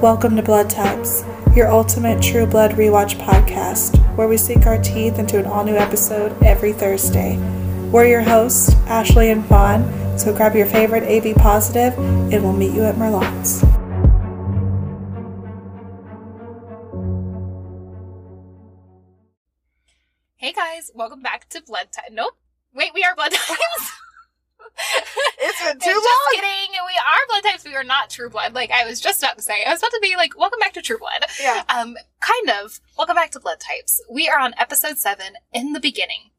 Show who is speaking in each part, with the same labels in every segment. Speaker 1: Welcome to Blood Types, your ultimate True Blood rewatch podcast, where we sink our teeth into an all new episode every Thursday. We're your hosts, Ashley and Fawn, so grab your favorite AB positive and we'll meet you at Merlot's.
Speaker 2: Hey guys, welcome back to Blood Types. Nope. Wait, we are Blood Types.
Speaker 3: It's been too
Speaker 2: just
Speaker 3: long.
Speaker 2: kidding. We are Blood Types. We are not True Blood. Like I was just about to say, I was about to be like, welcome back to True Blood.
Speaker 3: Yeah.
Speaker 2: Um, kind of. Welcome back to Blood Types. We are on episode seven in the beginning.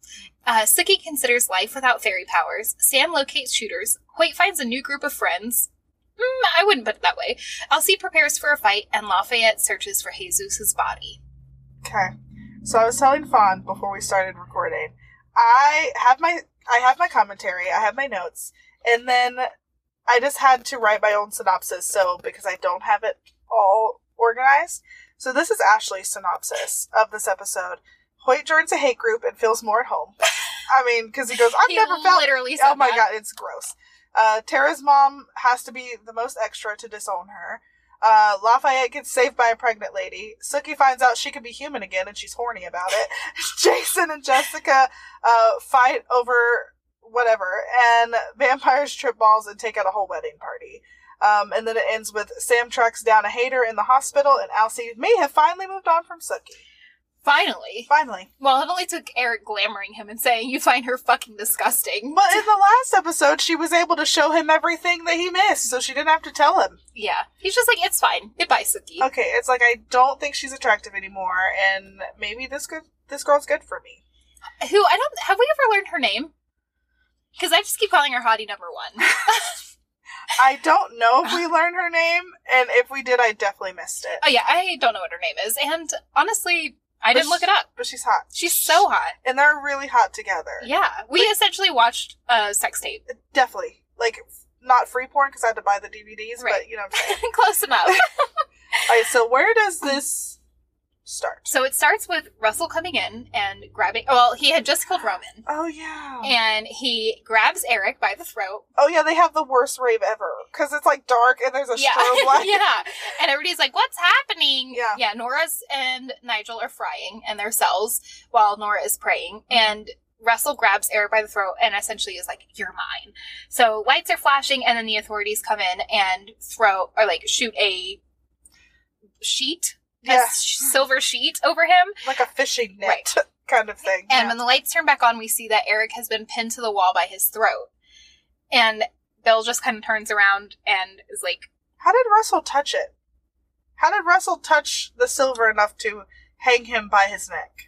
Speaker 2: Uh, Sookie considers life without fairy powers. Sam locates shooters. Hoyt finds a new group of friends. Hmm, I wouldn't put it that way. Elsie prepares for a fight, and Lafayette searches for Jesus' body.
Speaker 3: Okay. So I was telling Fawn before we started recording. I have my I have my commentary. I have my notes, and then I just had to write my own synopsis. So because I don't have it all organized, so this is Ashley's synopsis of this episode. Hoyt joins a hate group and feels more at home. I mean, because he goes, I've
Speaker 2: He
Speaker 3: never felt
Speaker 2: literally said
Speaker 3: Oh my
Speaker 2: that.
Speaker 3: god, it's gross. Uh, Tara's mom has to be the most extra to disown her. Uh, Lafayette gets saved by a pregnant lady. Sookie finds out she can be human again and she's horny about it. Jason and Jessica uh, fight over whatever, and vampires trip balls and take out a whole wedding party. Um, and then it ends with Sam tracks down a hater in the hospital, and Alcee may have finally moved on from Sookie.
Speaker 2: Finally.
Speaker 3: Finally.
Speaker 2: Well, it only took Eric glamoring him and saying, You find her fucking disgusting.
Speaker 3: Well, in the last episode, she was able to show him everything that he missed, so she didn't have to tell him.
Speaker 2: Yeah. He's just like, It's fine. Goodbye, Suki.
Speaker 3: Okay, it's like I don't think she's attractive anymore, and maybe this good, this girl's good for me.
Speaker 2: Who, I don't, have we ever learned her name? Because I just keep calling her Hottie number one.
Speaker 3: I don't know if we learned her name, and if we did, I definitely missed it.
Speaker 2: oh, yeah. I don't know what her name is. And honestly, I
Speaker 3: But
Speaker 2: didn't look it up.
Speaker 3: But she's hot,
Speaker 2: She's so hot.
Speaker 3: and they're really hot together.
Speaker 2: Yeah. We
Speaker 3: Like-
Speaker 2: essentially watched a sex tape.
Speaker 3: definitely. Like not free porn because I had to buy the DVDs,
Speaker 2: Right.
Speaker 3: but you know what I'm saying.
Speaker 2: Close enough.
Speaker 3: All right, so where does this start?
Speaker 2: so it starts with Russell coming in and grabbing, well, he had just killed Roman.
Speaker 3: Oh yeah.
Speaker 2: And he grabs Eric by the throat
Speaker 3: oh yeah, they have the worst rave ever because it's like dark and there's a
Speaker 2: yeah.
Speaker 3: strobe light.
Speaker 2: yeah. And everybody's like, what's happening?
Speaker 3: Yeah.
Speaker 2: Yeah. Nora's and Nigel are frying in their cells while Nora is praying.
Speaker 3: Mm-hmm.
Speaker 2: And Russell grabs Eric by the throat and essentially is like, you're mine. So lights are flashing, and then the authorities come in and throw or like shoot a sheet,
Speaker 3: Yeah.
Speaker 2: a sh- silver sheet over him.
Speaker 3: like a fishing net kind of thing.
Speaker 2: And when the lights turn back on, we see that Eric has been pinned to the wall by his throat. And Bill just kind of turns around and is like,
Speaker 3: How did Russell touch it? How did Russell touch the silver enough to hang him by his neck?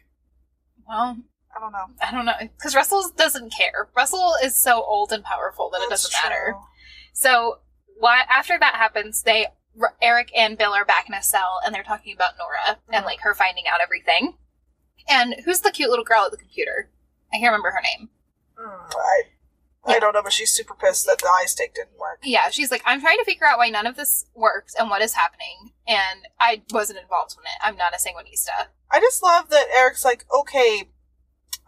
Speaker 2: well,
Speaker 3: I don't know.
Speaker 2: I don't know because Russell doesn't care. Russell is so old and powerful that it
Speaker 3: That's
Speaker 2: doesn't matter.
Speaker 3: true.
Speaker 2: So why after that happens, they R- Eric and Bill are back in a cell and they're talking about Nora and
Speaker 3: Mhm.
Speaker 2: like her finding out everything. And who's the cute little girl at the computer? I can't remember her name.
Speaker 3: Mm, I,
Speaker 2: Yeah.
Speaker 3: I don't know, but she's super pissed that the ice stick didn't work.
Speaker 2: Yeah, she's like, I'm trying to figure out why none of this worked and what is happening. And I wasn't involved in it. I'm not a sanguinista.
Speaker 3: I just love that Eric's like, okay,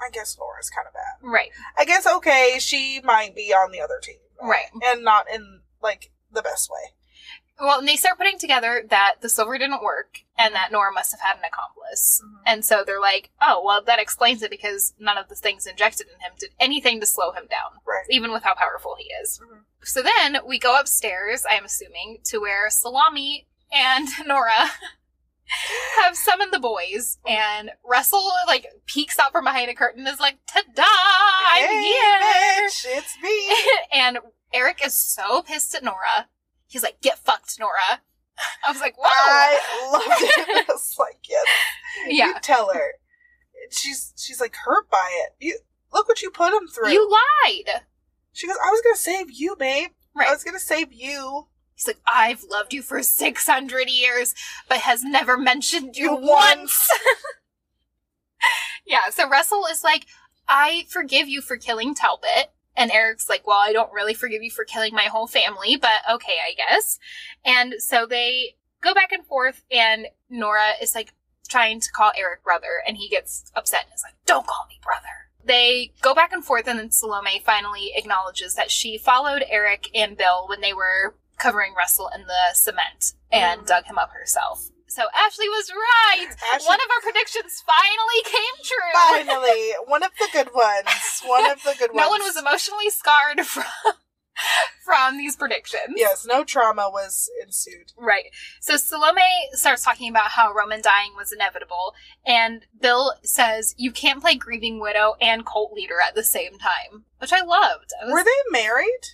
Speaker 3: I guess Laura's kind of bad.
Speaker 2: Right.
Speaker 3: I guess okay, she might be on the other team,
Speaker 2: Right.
Speaker 3: and not in like the best way.
Speaker 2: Well, and they start putting together that the silver didn't work and that Nora must have had an accomplice.
Speaker 3: Mhm.
Speaker 2: And so they're like, oh, well, that explains it because none of the things injected in him did anything to slow him down,
Speaker 3: Right.
Speaker 2: even with how powerful he is.
Speaker 3: Mhm.
Speaker 2: So then we go upstairs, I'm assuming, to where Salami and Nora have summoned the boys, and Russell, like, peeks out from behind a curtain and is like, ta da! I'm
Speaker 3: Hey,
Speaker 2: here!
Speaker 3: bitch, it's me.
Speaker 2: and Eric is so pissed at Nora. He's like, "Get fucked, Nora." I was like, "Whoa,
Speaker 3: I loved it. I was like, yes.
Speaker 2: yeah,
Speaker 3: You tell her. She's she's like hurt by it. You look what you put him through.
Speaker 2: you lied."
Speaker 3: she goes, I was gonna save you, babe.
Speaker 2: Right.
Speaker 3: I was gonna save you.
Speaker 2: He's like, "I've loved you for six hundred years, but has never mentioned you
Speaker 3: You
Speaker 2: once." yeah. So Russell is like, "I forgive you for killing Talbot." And Eric's like, well, I don't really forgive you for killing my whole family, but okay, I guess. And so they go back and forth, and Nora is like trying to call Eric brother, and he gets upset and is like, Don't call me brother. They go back and forth, and then Salome finally acknowledges that she followed Eric and Bill when they were covering Russell in the cement and dug him up herself. So Ashley was right.
Speaker 3: Mm-hmm. Ashley-
Speaker 2: One of our predictions finally came true.
Speaker 3: Finally, one of the good ones. One of the good ones.
Speaker 2: no one was emotionally scarred from from these predictions.
Speaker 3: Yes, no trauma was ensued.
Speaker 2: Right. So Salome starts talking about how Roman dying was inevitable, and Bill says, You can't play grieving widow and cult leader at the same time, which I loved. I, was-
Speaker 3: Were they married?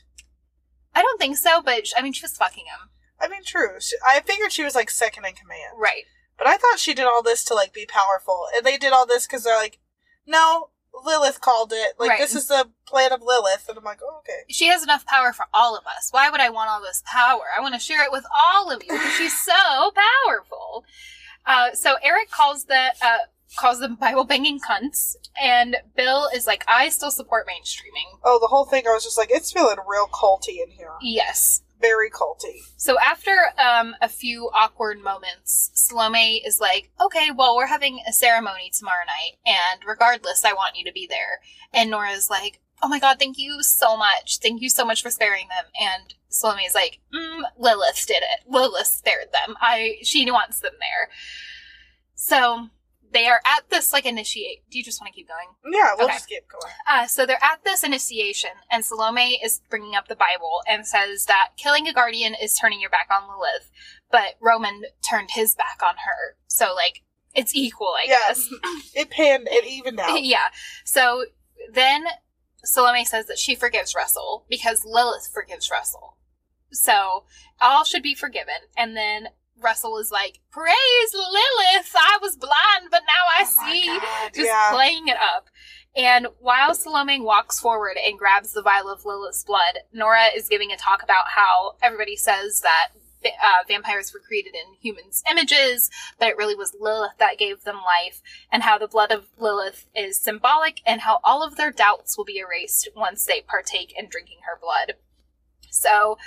Speaker 2: I don't think so, but sh- I mean, she was fucking him.
Speaker 3: I mean, true. She, I figured she was like second in command,
Speaker 2: Right.
Speaker 3: but I thought she did all this to like be powerful, and they did all this because they're like, no, Lilith called it. Like
Speaker 2: Right.
Speaker 3: this is the plan of Lilith, and I'm like, oh, okay.
Speaker 2: She has enough power for all of us. Why would I want all this power? I want to share it with all of you because she's so powerful. Uh, so Eric calls the uh, calls them Bible banging cunts, and Bill is like, "I still support mainstreaming."
Speaker 3: Oh, the whole thing. I was just like, it's feeling real culty in here.
Speaker 2: Yes.
Speaker 3: Very culty.
Speaker 2: So after um, a few awkward moments, Salome is like, "Okay, well, we're having a ceremony tomorrow night, and regardless, I want you to be there." And Nora's like, "Oh my god, thank you so much! Thank you so much for sparing them." And Salome's like, mm, "Lilith did it. Lilith spared them. I she wants them there." So they are at this like initiate. Do you just want to keep going?
Speaker 3: Yeah, we'll
Speaker 2: Okay.
Speaker 3: just keep going.
Speaker 2: Uh, so they're at this initiation, and Salome is bringing up the Bible and says that killing a guardian is turning your back on Lilith, but Roman turned his back on her. So, like, it's equal, I
Speaker 3: Yeah.
Speaker 2: guess.
Speaker 3: It panned. It evened out.
Speaker 2: yeah. So then Salome says that she forgives Russell because Lilith forgives Russell. So all should be forgiven. And then Russell is like, Praise Lilith! I was blind, but now I
Speaker 3: Oh my
Speaker 2: see
Speaker 3: God,
Speaker 2: just
Speaker 3: yeah.
Speaker 2: playing it up. And while Salome walks forward and grabs the vial of Lilith's blood, Nora is giving a talk about how everybody says that uh, vampires were created in humans' images, but it really was Lilith that gave them life, and how the blood of Lilith is symbolic, and how all of their doubts will be erased once they partake in drinking her blood. So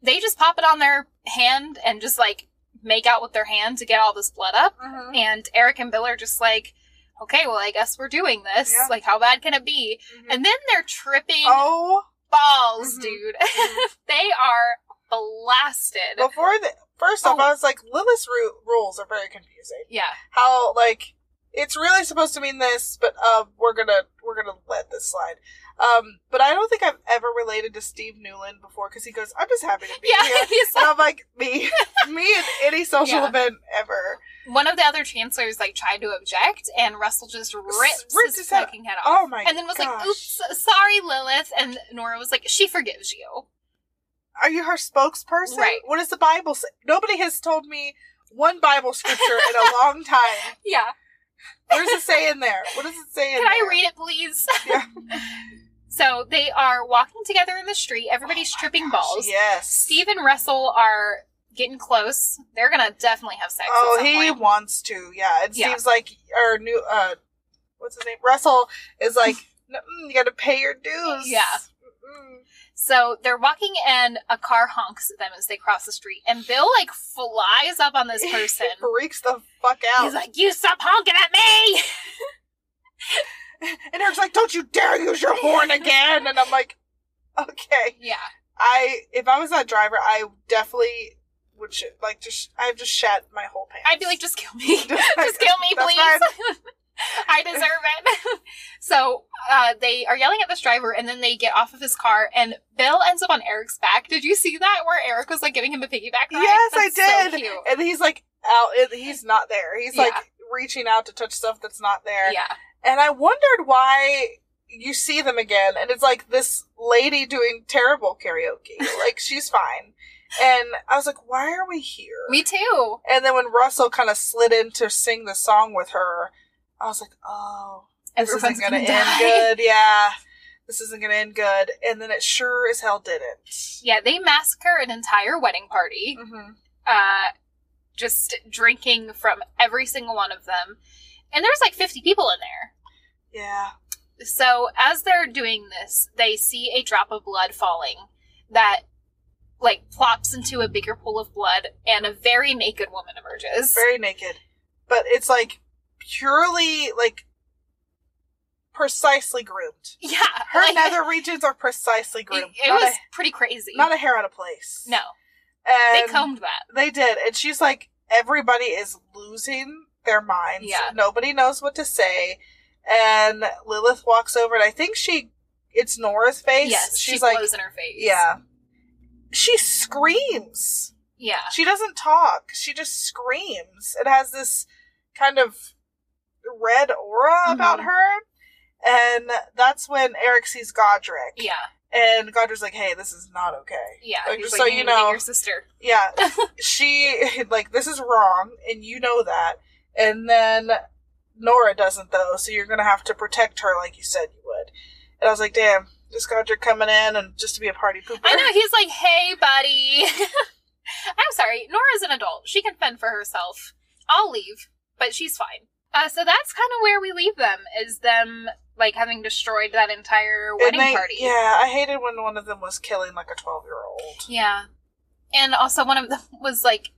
Speaker 2: they just pop it on their hand and just like make out with their hand to get all this blood up
Speaker 3: Mhm.
Speaker 2: and Eric and Bill are just like, okay, well, I guess we're doing this.
Speaker 3: Yeah.
Speaker 2: Like, how bad can it be?
Speaker 3: Mhm.
Speaker 2: And then they're tripping
Speaker 3: Oh,
Speaker 2: balls,
Speaker 3: Mhm.
Speaker 2: dude. they are blasted.
Speaker 3: before the first off,
Speaker 2: Oh.
Speaker 3: I was like, Lilith's ru- rules are very confusing.
Speaker 2: yeah,
Speaker 3: How like it's really supposed to mean this, but uh, we're gonna we're gonna let this slide. Um, but I don't think I've ever related to Steve Newland before because he goes, "I'm just happy to be
Speaker 2: yeah.
Speaker 3: here."
Speaker 2: he's
Speaker 3: And
Speaker 2: like-
Speaker 3: I'm like me, me in any social
Speaker 2: Yeah.
Speaker 3: event ever.
Speaker 2: one of the other chancellors like tried to object, and Russell just rips,
Speaker 3: ripped
Speaker 2: his,
Speaker 3: his head-
Speaker 2: fucking head off,
Speaker 3: Oh my!
Speaker 2: and then was
Speaker 3: gosh.
Speaker 2: like, "Oops, sorry, Lilith." And Nora was like, "She forgives you."
Speaker 3: Are you her spokesperson?
Speaker 2: Right.
Speaker 3: What does the Bible say? Nobody has told me one Bible scripture in a long time.
Speaker 2: Yeah,
Speaker 3: What does it say in there? What does it say in
Speaker 2: can
Speaker 3: there?
Speaker 2: I read it, please?
Speaker 3: Yeah.
Speaker 2: so they are walking together in the street.
Speaker 3: Oh
Speaker 2: Everybody's tripping balls.
Speaker 3: Yes.
Speaker 2: Steve and Russell are getting close. They're gonna definitely have sex.
Speaker 3: Oh,
Speaker 2: at some
Speaker 3: he
Speaker 2: point.
Speaker 3: wants to. Yeah. And
Speaker 2: Yeah.
Speaker 3: Steve's like, or new, uh, what's his name? Russell is like, "Mm, you gotta pay your dues.
Speaker 2: Yeah.
Speaker 3: Mm.
Speaker 2: So they're walking, and a car honks at them as they cross the street. And Bill like flies up on this person.
Speaker 3: Freaks the fuck out.
Speaker 2: He's like, "You stop honking at me!"
Speaker 3: and Eric's like, don't you dare use your horn again. And I'm like, okay.
Speaker 2: Yeah,
Speaker 3: I, if I was that driver, I definitely would, sh- like, just, I've just shat my whole pants.
Speaker 2: I'd be like, "Just kill me."
Speaker 3: Just like,
Speaker 2: just kill me,
Speaker 3: that's
Speaker 2: please. I deserve it. so uh, they are yelling at this driver, and then they get off of his car, and Bill ends up on Eric's back. Did you see that? Where Eric was like giving him a piggyback ride.
Speaker 3: Yes, I
Speaker 2: That's so
Speaker 3: did.
Speaker 2: cute.
Speaker 3: and he's like, out, and he's not there. He's like
Speaker 2: Yeah.
Speaker 3: reaching out to touch stuff that's not there.
Speaker 2: Yeah,
Speaker 3: And I wondered why you see them again, and it's like this lady doing terrible karaoke. like she's fine. And I was like, why are we here?
Speaker 2: me too.
Speaker 3: and then when Russell kind of slid in to sing the song with her, I was like, oh, this
Speaker 2: Everyone's
Speaker 3: isn't going
Speaker 2: gonna
Speaker 3: to end
Speaker 2: die.
Speaker 3: good. Yeah. This isn't going to end good. And then it sure as hell didn't.
Speaker 2: Yeah, they massacre an entire wedding party,
Speaker 3: hmm
Speaker 2: uh, just drinking from every single one of them. And there's like 50 people in there.
Speaker 3: Yeah.
Speaker 2: So as they're doing this, they see a drop of blood falling that like plops into a bigger pool of blood and a very naked woman emerges.
Speaker 3: Very naked. But it's like purely, like, precisely groomed.
Speaker 2: yeah.
Speaker 3: Her
Speaker 2: like,
Speaker 3: nether regions are precisely
Speaker 2: it,
Speaker 3: groomed.
Speaker 2: it
Speaker 3: Not a-
Speaker 2: was pretty crazy.
Speaker 3: Not a hair out of place.
Speaker 2: no. They
Speaker 3: And
Speaker 2: combed that.
Speaker 3: They did. And she's like, everybody is losing their minds.
Speaker 2: Yeah.
Speaker 3: Nobody knows what to say. And Lilith walks over, and I think she, it's Nora's face.
Speaker 2: Yes,
Speaker 3: she's
Speaker 2: she
Speaker 3: like,
Speaker 2: blows in her face.
Speaker 3: yeah. She screams.
Speaker 2: yeah,
Speaker 3: She doesn't talk. She just screams. It has this kind of red aura about
Speaker 2: Mhm.
Speaker 3: her. And that's when Eric sees Godric.
Speaker 2: yeah,
Speaker 3: And Godric's like, hey, this is not okay.
Speaker 2: yeah.
Speaker 3: Like,
Speaker 2: He's
Speaker 3: just
Speaker 2: like,
Speaker 3: so
Speaker 2: you
Speaker 3: you
Speaker 2: need to get
Speaker 3: know.
Speaker 2: your sister.
Speaker 3: Yeah. she, like, this is wrong, and you know that. And then Nora doesn't, though, so you're going to have to protect her like you said you would. And I was like, damn, this Godric coming in and just to be a party pooper.
Speaker 2: I know. He's like, hey, buddy. I'm sorry. Nora's an adult. She can fend for herself. I'll leave, but she's fine. Uh, so that's kind of where we leave them is them like having destroyed that entire
Speaker 3: And
Speaker 2: wedding
Speaker 3: they-
Speaker 2: party.
Speaker 3: Yeah, I hated when one of them was killing, like, a 12 year old.
Speaker 2: Yeah. And also one of them was like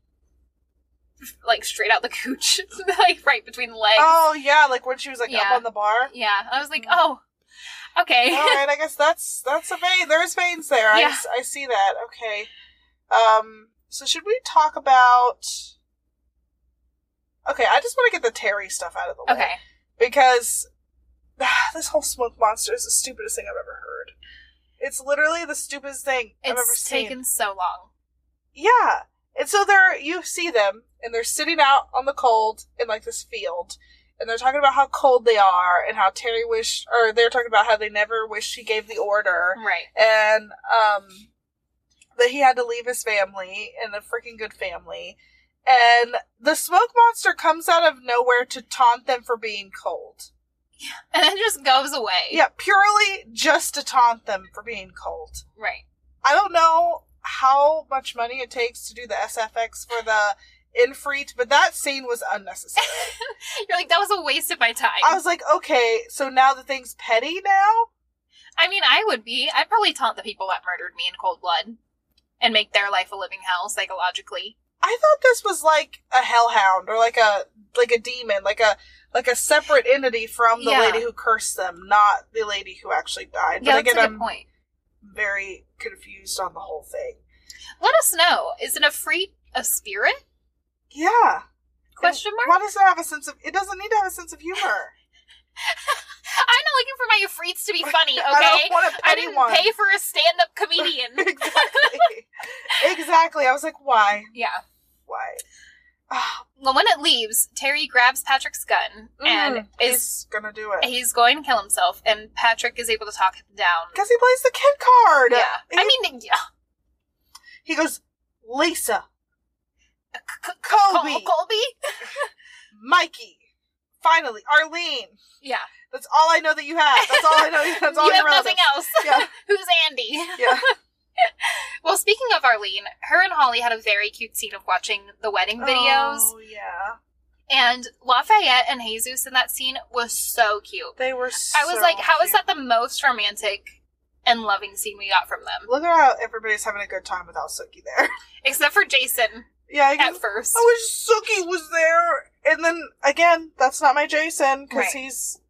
Speaker 2: like straight out the cooch, like right between the legs.
Speaker 3: Oh Mm. yeah, like when she was like
Speaker 2: Yeah.
Speaker 3: up on the bar.
Speaker 2: Yeah. I was like, oh, okay.
Speaker 3: All right, I guess that's that's a vein. There's veins there. I,
Speaker 2: Yeah.
Speaker 3: s- I see that. Okay. Um. So should we talk about? Okay, I just want to get the Terry stuff out of the way.
Speaker 2: okay.
Speaker 3: Because this whole smoke monster is the stupidest thing I've ever heard. It's literally the stupidest thing I've ever
Speaker 2: It's
Speaker 3: seen.
Speaker 2: taken so long.
Speaker 3: Yeah. And so they're you see them and they're sitting out on the cold in like this field and they're talking about how cold they are and how Terry wish or they're talking about how they never wish he gave the order
Speaker 2: Right.
Speaker 3: and um that he had to leave his family and a freaking good family. And the smoke monster comes out of nowhere to taunt them for being cold.
Speaker 2: And then just goes away.
Speaker 3: Yeah, purely just to taunt them for being cold.
Speaker 2: Right.
Speaker 3: I don't know how much money it takes to do the SFX for the Infreet, but that scene was unnecessary.
Speaker 2: You're like, that was a waste of my time.
Speaker 3: I was like, okay, so now the thing's petty now?
Speaker 2: I mean, I would be. I'd probably taunt the people that murdered me in cold blood and make their life a living hell psychologically.
Speaker 3: I thought this was like a hellhound or like a like a demon, like a like a separate entity from the
Speaker 2: Yeah.
Speaker 3: lady who cursed them, not the lady who actually died.
Speaker 2: Yeah,
Speaker 3: but
Speaker 2: that's
Speaker 3: again,
Speaker 2: a good
Speaker 3: I'm
Speaker 2: point.
Speaker 3: very confused on the whole thing.
Speaker 2: Let us know. Is it a freak of spirit?
Speaker 3: Yeah.
Speaker 2: Question
Speaker 3: And
Speaker 2: mark?
Speaker 3: Why does it have a sense of it doesn't need to have a sense of humor.
Speaker 2: I'm not looking for my Ifrits to be funny, okay?
Speaker 3: I don't want a
Speaker 2: I
Speaker 3: petty
Speaker 2: didn't
Speaker 3: one.
Speaker 2: pay for a stand-up comedian.
Speaker 3: exactly. exactly. I was like, why?
Speaker 2: yeah.
Speaker 3: Why? Ah,
Speaker 2: Well, when it leaves, Terry grabs Patrick's gun and
Speaker 3: mm,
Speaker 2: is
Speaker 3: he's gonna do it
Speaker 2: he's going to kill himself, and Patrick is able to talk him down.
Speaker 3: because he plays the kid card.
Speaker 2: Yeah.
Speaker 3: He,
Speaker 2: I mean, yeah.
Speaker 3: he goes, Lisa,
Speaker 2: Uh, C- C-
Speaker 3: Colby.
Speaker 2: Col- Colby.
Speaker 3: Mikey, finally, Arlene.
Speaker 2: Yeah.
Speaker 3: That's all I know that you have. That's all I know. That's all
Speaker 2: you have
Speaker 3: your relatives.
Speaker 2: nothing else.
Speaker 3: Yeah,
Speaker 2: Who's Andy?
Speaker 3: yeah.
Speaker 2: Well, speaking of Arlene, her and Holly had a very cute scene of watching the wedding videos,
Speaker 3: Oh, yeah,
Speaker 2: and Lafayette and Jesus in that scene was so cute.
Speaker 3: they were.
Speaker 2: I was like, how
Speaker 3: cute.
Speaker 2: is that the most romantic and loving scene we got from them?
Speaker 3: Look at how everybody's having a good time without Suki there.
Speaker 2: Except for Jason
Speaker 3: yeah, I
Speaker 2: at
Speaker 3: guess.
Speaker 2: first.
Speaker 3: I wish Suki was there. And then again, that's not my Jason because
Speaker 2: Right.
Speaker 3: he's,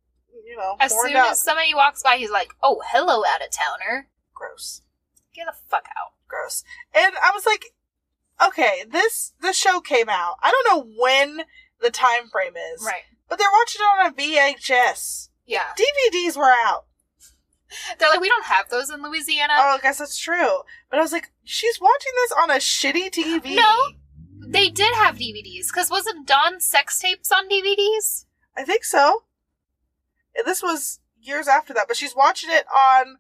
Speaker 3: you know,
Speaker 2: As
Speaker 3: horned
Speaker 2: soon
Speaker 3: up.
Speaker 2: as somebody walks by, he's like, oh, hello, out of towner.
Speaker 3: Gross.
Speaker 2: Get the fuck out.
Speaker 3: gross. And I was like, okay, this this show came out. I don't know when the time frame is,
Speaker 2: Right.
Speaker 3: but they're watching it on a VHS.
Speaker 2: Yeah.
Speaker 3: DVDs were out.
Speaker 2: They're like, we don't have those in Louisiana.
Speaker 3: Oh, I guess that's true. But I was like, she's watching this on a shitty TV.
Speaker 2: No. They did have DVDs, because wasn't Dawn sex tapes on DVDs?
Speaker 3: I think so. And This was years after that, but she's watching it on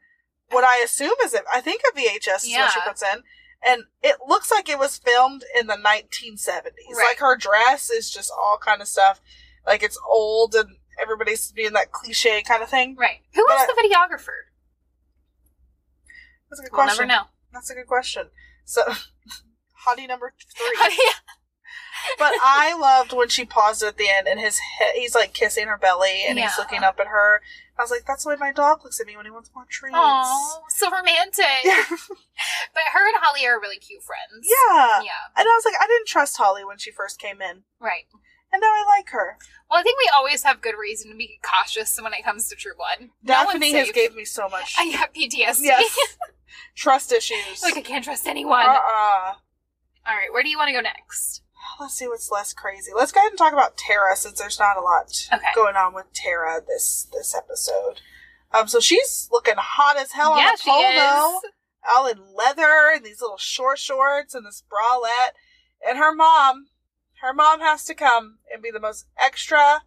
Speaker 3: what I assume is it. I think a VHS is what she
Speaker 2: Yeah.
Speaker 3: puts in. And it looks like it was filmed in the 1970s.
Speaker 2: Right.
Speaker 3: Like her dress is just all kind of stuff. Like it's old and everybody's being that cliche kind of thing.
Speaker 2: Right. Who was the videographer?
Speaker 3: That's a good
Speaker 2: We'll
Speaker 3: question.
Speaker 2: never know.
Speaker 3: That's a good question. So, hottie number three.
Speaker 2: yeah.
Speaker 3: but I loved when she paused at the end and his he- he's like kissing her belly and he's
Speaker 2: Yeah.
Speaker 3: looking up at her. I was like, that's the way my dog looks at me when he wants more treats.
Speaker 2: Oh, so romantic.
Speaker 3: Yeah.
Speaker 2: But her and Holly are really cute friends.
Speaker 3: Yeah.
Speaker 2: Yeah.
Speaker 3: And I was like, I didn't trust Holly when she first came in.
Speaker 2: Right.
Speaker 3: And now I like her.
Speaker 2: Well, I think we always have good reason to be cautious when it comes to True Blood. No one's
Speaker 3: Daphne has
Speaker 2: safe.
Speaker 3: gave me so much
Speaker 2: I have PTSD.
Speaker 3: Yes. trust issues. Uh,
Speaker 2: like I can't trust anyone.
Speaker 3: uh-uh.
Speaker 2: All right, where do you want to go next?
Speaker 3: Let's see what's less crazy. Let's go ahead and talk about Tara since there's not a lot
Speaker 2: Okay.
Speaker 3: going on with Tara this this episode. Um, so she's looking hot as hell on
Speaker 2: yeah,
Speaker 3: the
Speaker 2: she
Speaker 3: pole though,
Speaker 2: is.
Speaker 3: all in leather and these little short shorts and this bralette. And her mom, her mom has to come and be the most extra.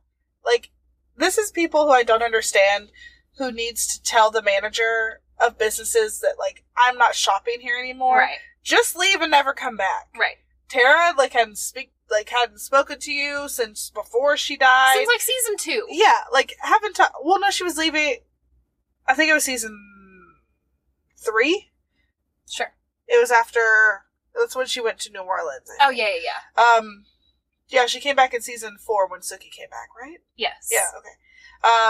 Speaker 3: Like, this is people who I don't understand who needs to tell the manager of businesses that like I'm not shopping here anymore.
Speaker 2: Right,
Speaker 3: Just leave and never come back.
Speaker 2: right.
Speaker 3: Tara like hadn't speak like hadn't spoken to you since before she died.
Speaker 2: Seems like season two.
Speaker 3: yeah, like haven't ta- well no she was leaving I think it was season 3.
Speaker 2: Sure.
Speaker 3: It was after that's when she went to New Orleans. I
Speaker 2: Oh yeah, yeah, yeah.
Speaker 3: think. Um yeah, she came back in season 4 when Suki came back, right?
Speaker 2: Yes.
Speaker 3: Yeah, okay.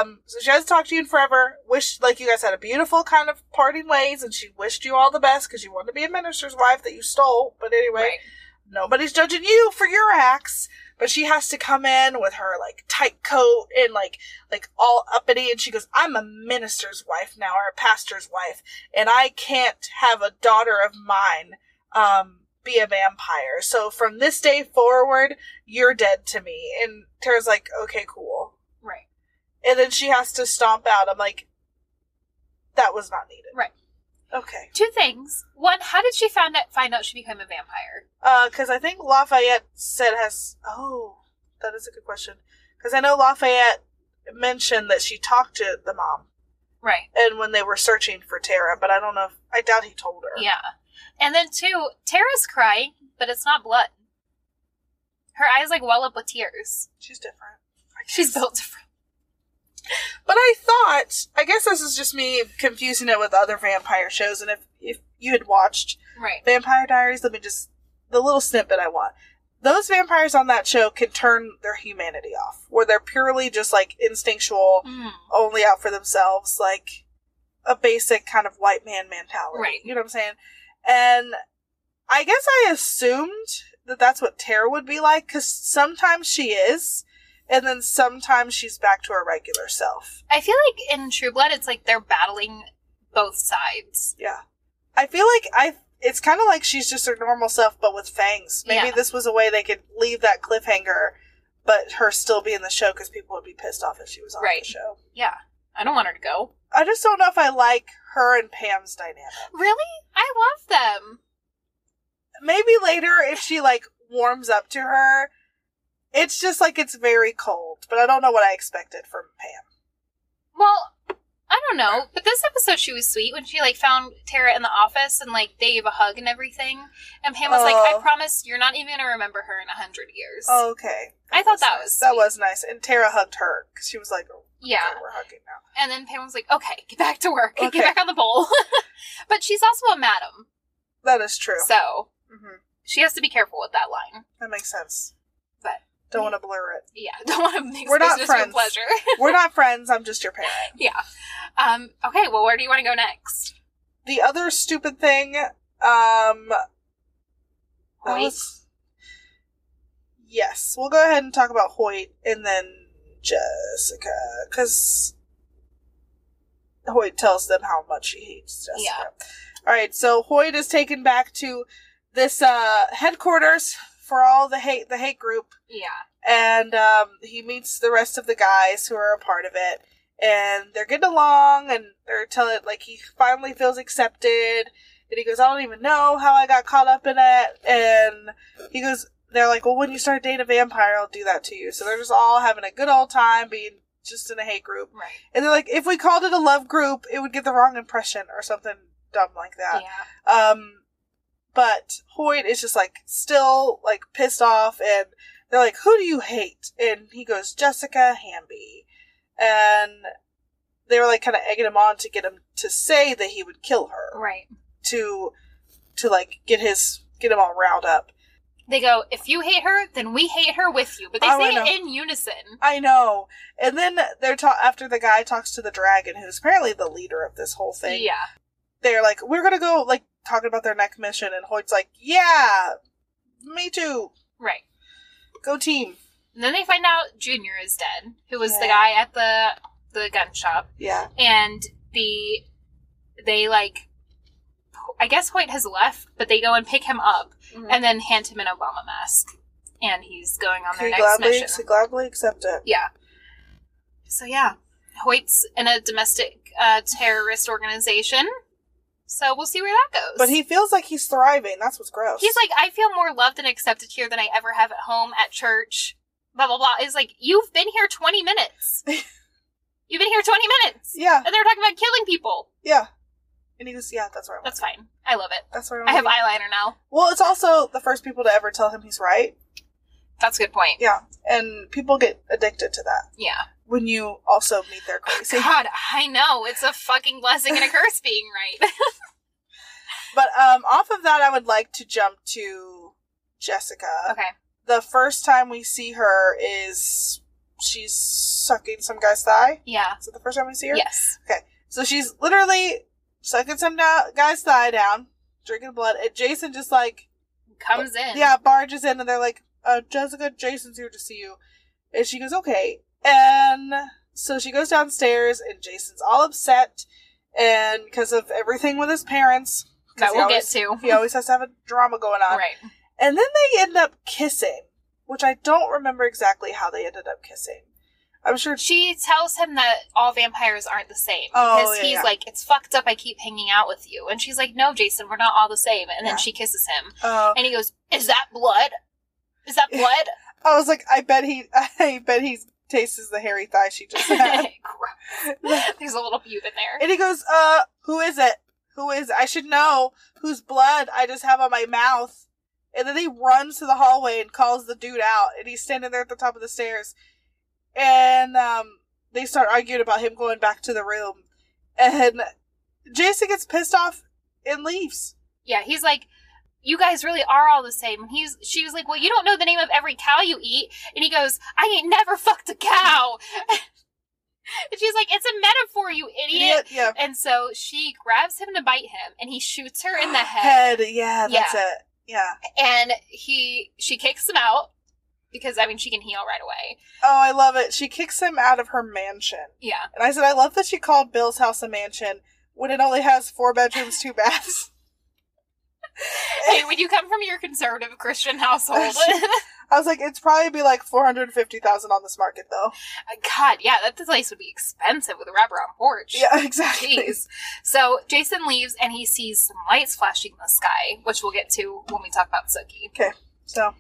Speaker 3: Um so she hasn't talked to you in forever. Wish like you guys had a beautiful kind of parting ways and she wished you all the best cuz you wanted to be a minister's wife that you stole, but anyway.
Speaker 2: Right.
Speaker 3: nobody's judging you for your acts but she has to come in with her like tight coat and like like all uppity and she goes i'm a minister's wife now or a pastor's wife and i can't have a daughter of mine um be a vampire so from this day forward you're dead to me and tara's like okay cool
Speaker 2: Right.
Speaker 3: and then she has to stomp out i'm like that was not needed
Speaker 2: Right.
Speaker 3: okay
Speaker 2: Two things. One, how did she find out find out she became a vampire?
Speaker 3: Uh, because I think Lafayette said has. Oh, that is a good question. Because I know Lafayette mentioned that she talked to the mom,
Speaker 2: Right.
Speaker 3: and when they were searching for Tara, but I don't know. If, I doubt he told her.
Speaker 2: Yeah. And then two, Tara's crying, but it's not blood. Her eyes like well up with tears.
Speaker 3: she's different. I guess.
Speaker 2: She's built different.
Speaker 3: But I thought. I guess this is just me confusing it with other vampire shows. And if if you had watched
Speaker 2: Right.
Speaker 3: Vampire Diaries, let me just the little snippet I want. Those vampires on that show can turn their humanity off, where they're purely just like instinctual.
Speaker 2: Mm.
Speaker 3: only out for themselves, like a basic kind of white man mentality.
Speaker 2: Right.
Speaker 3: You know what I'm saying? And I guess I assumed that that's what Tara would be like because sometimes she is, and then sometimes she's back to her regular self.
Speaker 2: I feel like in True Blood, it's like they're battling both sides.
Speaker 3: Yeah. I feel like I. It's kind of like she's just her normal self, but with fangs. Maybe
Speaker 2: Yeah.
Speaker 3: this was a way they could leave that cliffhanger, but her still be in the show because people would be pissed off if she was on
Speaker 2: Right.
Speaker 3: the show.
Speaker 2: Yeah. I don't want her to go.
Speaker 3: I just don't know if I like her and Pam's dynamic.
Speaker 2: Really? I love them.
Speaker 3: maybe later if she like warms up to her. It's just like it's very cold, but I don't know what I expected from Pam.
Speaker 2: Well, I don't know, but this episode she was sweet when she like found Tara in the office and like they gave a hug and everything. And Pam was like,
Speaker 3: Oh.
Speaker 2: "I promise, you're not even gonna remember her in a hundred years."
Speaker 3: Okay,
Speaker 2: I thought that
Speaker 3: nice.
Speaker 2: was
Speaker 3: that
Speaker 2: sweet.
Speaker 3: was nice, and Tara hugged her because she was like, "Okay,
Speaker 2: yeah.
Speaker 3: we're hugging now."
Speaker 2: And then Pam was like, "Okay, get back to work,
Speaker 3: Okay.
Speaker 2: get back on the bowl." but she's also a madam,
Speaker 3: That is true.
Speaker 2: so
Speaker 3: hmm
Speaker 2: she has to be careful with that line.
Speaker 3: That makes sense.
Speaker 2: But-
Speaker 3: don't want to blur it.
Speaker 2: Yeah, don't want to make
Speaker 3: We're not
Speaker 2: business your
Speaker 3: friends.
Speaker 2: pleasure.
Speaker 3: We're not friends. I'm just your parent.
Speaker 2: yeah. Um, okay. Well, where do you want to go next?
Speaker 3: The other stupid thing, um, That
Speaker 2: Hoyt?
Speaker 3: was- Yes, we'll go ahead and talk about Hoyt and then Jessica, because Hoyt tells them how much he hates Jessica. All right, so Hoyt is taken back to this uh, headquarters for all the hate the hate group,
Speaker 2: Yeah.
Speaker 3: and um, he meets the rest of the guys who are a part of it, and they're getting along, and they're telling like he finally feels accepted, and he goes, I don't even know how I got caught up in it, and he goes, they're like, well, when you start dating a vampire, I'll do that to you. So they're just all having a good old time, being just in a hate group,
Speaker 2: Right.
Speaker 3: and they're like, if we called it a love group, it would get the wrong impression or something dumb like that.
Speaker 2: yeah.
Speaker 3: Um, but Hoyt is just like still like pissed off, and they're like, "Who do you hate?" And he goes, "Jessica Hamby," and they were like kind of egging him on to get him to say that he would kill her
Speaker 2: Right.
Speaker 3: to to like get his get him all riled up.
Speaker 2: They go, if you hate her, then we hate her with you. But they
Speaker 3: Oh, I
Speaker 2: say
Speaker 3: know.
Speaker 2: it in unison.
Speaker 3: I know. And then they're ta- after the guy talks to the dragon, who's apparently the leader of this whole thing.
Speaker 2: Yeah.
Speaker 3: they're like, we're gonna go like talking about their next mission, and Hoyt's like, yeah, me too,
Speaker 2: Right.
Speaker 3: go team,
Speaker 2: And then they find out Junior is dead, who was the
Speaker 3: Yeah.
Speaker 2: guy at the the gun shop,
Speaker 3: yeah,
Speaker 2: and the they like p- I guess Hoyt has left, but they go and pick him up
Speaker 3: Mm-hmm.
Speaker 4: Mhm.
Speaker 2: and then hand him an Obama mask. And he's going on their
Speaker 3: He
Speaker 2: next
Speaker 3: gladly,
Speaker 2: mission.
Speaker 3: he gladly accept it.
Speaker 2: Yeah. So yeah, Hoyt's in a domestic uh, terrorist organization. So we'll see where that goes.
Speaker 3: But he feels like he's thriving. That's what's gross.
Speaker 2: he's like, I feel more loved and accepted here than I ever have at home, at church. Blah blah blah. Is like, you've been here twenty minutes. you've been here twenty minutes,
Speaker 3: yeah,
Speaker 2: and they're talking about killing people.
Speaker 3: yeah. And he goes, yeah, that's where I want.
Speaker 2: That's fine. I love it.
Speaker 3: That's where
Speaker 2: I
Speaker 3: I
Speaker 2: have
Speaker 3: want.
Speaker 2: eyeliner now.
Speaker 3: Well, it's also the first people to ever tell him he's right.
Speaker 2: That's a good point.
Speaker 3: Yeah, and people get addicted to that
Speaker 2: Yeah.
Speaker 3: when you also meet their crazy.
Speaker 2: God, I know it's a fucking blessing and a curse being right.
Speaker 3: But um, off of that, I would like to jump to Jessica.
Speaker 2: okay.
Speaker 3: The first time we see her is she's sucking some guy's thigh.
Speaker 2: Yeah.
Speaker 3: Is that the first time we see her?
Speaker 2: Yes.
Speaker 3: So she's literally sucking some da- guy's thigh down, drinking blood, and Jason just like
Speaker 2: Comes in.
Speaker 3: Oh, yeah barges in, and they're like, uh, "Jessica, Jason's here to see you," and she goes, "Okay." And so she goes downstairs, and Jason's all upset, and because of everything with his parents, 'cause
Speaker 2: That
Speaker 3: he
Speaker 2: we'll
Speaker 3: always-
Speaker 2: get to.
Speaker 3: he always has to have a drama going on.
Speaker 2: Right.
Speaker 3: And then they end up kissing, which I don't remember exactly how they ended up kissing. I'm sure.
Speaker 2: She tells him that all vampires aren't the same.
Speaker 3: Oh,
Speaker 2: Because
Speaker 3: yeah,
Speaker 2: he's
Speaker 3: yeah.
Speaker 2: like, it's fucked up I keep hanging out with you. And she's like, no, Jason, we're not all the same. And
Speaker 3: Yeah.
Speaker 2: then she kisses him.
Speaker 3: Uh,
Speaker 2: And he goes, is that blood? Is that blood?
Speaker 3: I was like, I bet he, I bet he tastes the hairy thigh she just had.
Speaker 2: Gross. There's a little pube in there.
Speaker 3: and he goes, "Uh, who is it? Who is? I should know whose blood I just have on my mouth." And then he runs to the hallway and calls the dude out, and he's standing there at the top of the stairs. And um, they start arguing about him going back to the room, and Jason gets pissed off and leaves.
Speaker 2: Yeah, he's like, you guys really are all the same. And he's, she was like, well, you don't know the name of every cow you eat. And he goes, I ain't never fucked a cow. and she's like, it's a metaphor, you idiot.
Speaker 3: Idiot, Yeah.
Speaker 2: And so she grabs him to bite him, and he shoots her in the head.
Speaker 3: Head. Yeah, that's it. Yeah.
Speaker 2: And he she kicks him out because I mean she can heal right away.
Speaker 3: Oh, I love it. She kicks him out of her mansion.
Speaker 2: Yeah,
Speaker 3: And I said, I love that she called Bill's house a mansion when it only has four bedrooms, two baths.
Speaker 2: hey, when you come from your conservative Christian household,
Speaker 3: I was like, it's probably be like 450000 on this market, though.
Speaker 2: God, yeah, that place would be expensive with a wrapper on porch.
Speaker 3: Yeah, exactly.
Speaker 2: Jeez. So Jason leaves and he sees some lights flashing in the sky, which we'll get to when we talk about Suki.
Speaker 3: So,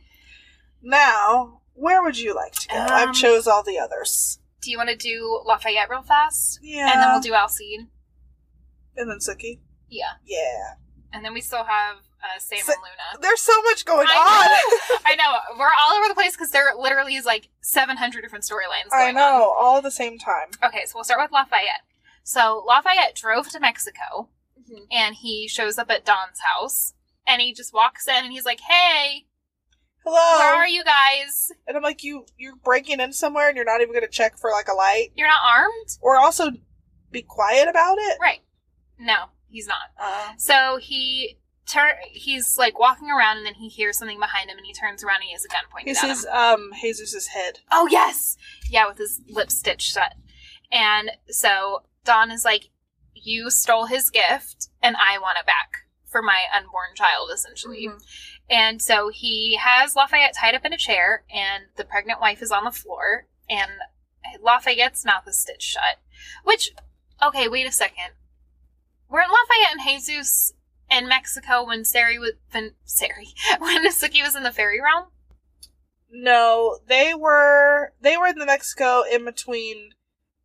Speaker 3: now, where would you like to go?
Speaker 2: Um,
Speaker 3: I've chose all the others.
Speaker 2: Do you want to do Lafayette real fast?
Speaker 3: Yeah.
Speaker 2: And then we'll do Alcide.
Speaker 3: And then Suki.
Speaker 2: Yeah.
Speaker 3: Yeah.
Speaker 2: And then we still have uh, Sam
Speaker 3: Sa-
Speaker 2: and Luna.
Speaker 3: There's so much going on.
Speaker 2: I know. I know. We're all over the place because there literally is like 700 different storylines
Speaker 3: I
Speaker 2: going
Speaker 3: know, all at the same time.
Speaker 2: on. Okay, so we'll start with Lafayette. So Lafayette drove to Mexico
Speaker 4: Mhm.
Speaker 2: and he shows up at Don's house and he just walks in and he's like, hey,
Speaker 3: Hello.
Speaker 2: where are you guys?
Speaker 3: And I'm like, you you're breaking in somewhere and you're not even gonna check for like a light.
Speaker 2: You're not armed?
Speaker 3: Or also be quiet about it.
Speaker 2: Right. No, he's not.
Speaker 3: Uh,
Speaker 2: So he turn he's like walking around and then he hears something behind him and he turns around and he has a gun pointed
Speaker 3: he
Speaker 2: at him.
Speaker 3: sees um Jesus's head.
Speaker 2: Oh yes, yeah, with his lip stitched shut. And so Don is like, "You stole his gift, and I want it back for my unborn child,
Speaker 3: Mm-hmm.
Speaker 2: essentially." And so he has Lafayette tied up in a chair, and the pregnant wife is on the floor, and Lafayette's mouth is stitched shut. Which, okay, wait a second. Weren't Lafayette and Jesus in Mexico when Sari was when Sari when Suki was in the fairy realm?
Speaker 3: No, they were they were in the Mexico in between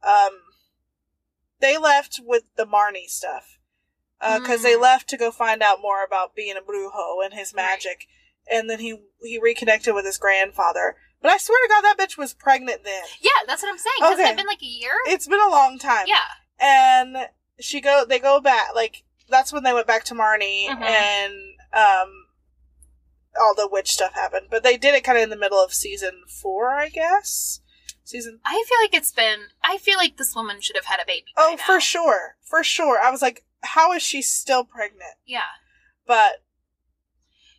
Speaker 3: um they left with the Marnie stuff. Because they
Speaker 2: Mm.
Speaker 3: left to go find out more about being a brujo and his
Speaker 2: Right.
Speaker 3: magic, and then he he reconnected with his grandfather. But I swear to God, that bitch was pregnant then.
Speaker 2: Yeah, that's what I'm saying. Hasn't
Speaker 3: Okay.
Speaker 2: it been like a year?
Speaker 3: It's been a long time.
Speaker 2: yeah.
Speaker 3: and she go they go back like that's when they went back to Marnie
Speaker 2: Mhm.
Speaker 3: and um all the witch stuff happened but they did it kind of in the middle of season 4 I guess season
Speaker 2: I feel like it's been. I feel like this woman should have had a baby. by
Speaker 3: Oh
Speaker 2: now.
Speaker 3: for sure for sure I was like how is she still pregnant
Speaker 2: Yeah,
Speaker 3: but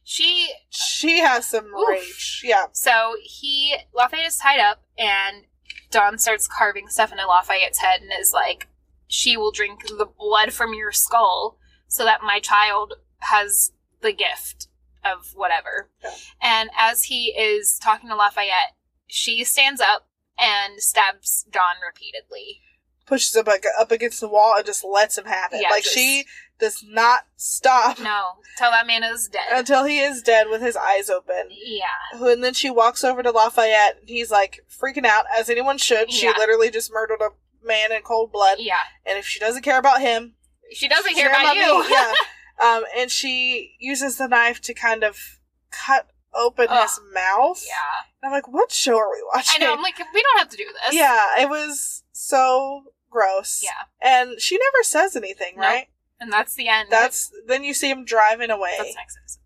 Speaker 2: she.
Speaker 3: she has some
Speaker 2: Oof.
Speaker 3: rage yeah
Speaker 2: So he Lafayette is tied up, and Don starts carving stuff into Lafayette's head, and is like, "She will drink the blood from your skull." so that my child has the gift of whatever.
Speaker 3: Yeah.
Speaker 2: And as he is talking to Lafayette, she stands up and stabs John repeatedly.
Speaker 3: pushes him like, up against the wall and just lets him have it.
Speaker 2: Yeah,
Speaker 3: like
Speaker 2: just-
Speaker 3: she does not stop
Speaker 2: No, till that man is dead.
Speaker 3: until he is dead with his eyes open.
Speaker 2: yeah.
Speaker 3: And then she walks over to Lafayette and he's like freaking out, as anyone should. She
Speaker 2: Yeah.
Speaker 3: literally just murdered a man in cold blood.
Speaker 2: Yeah.
Speaker 3: And if she doesn't care about him,
Speaker 2: She doesn't
Speaker 3: she
Speaker 2: care about you.
Speaker 3: me. yeah. Um, and she uses the knife to kind of cut open
Speaker 2: Ugh.
Speaker 3: his mouth.
Speaker 2: Yeah.
Speaker 3: And I'm like, what show are we
Speaker 2: I
Speaker 3: watching?
Speaker 2: know. I'm like, we don't have to do this.
Speaker 3: yeah, it was so gross.
Speaker 2: Yeah.
Speaker 3: And she never says anything,
Speaker 2: Nope.
Speaker 3: right?
Speaker 2: And that's the end.
Speaker 3: That's then you see him driving away.
Speaker 2: That's next episode.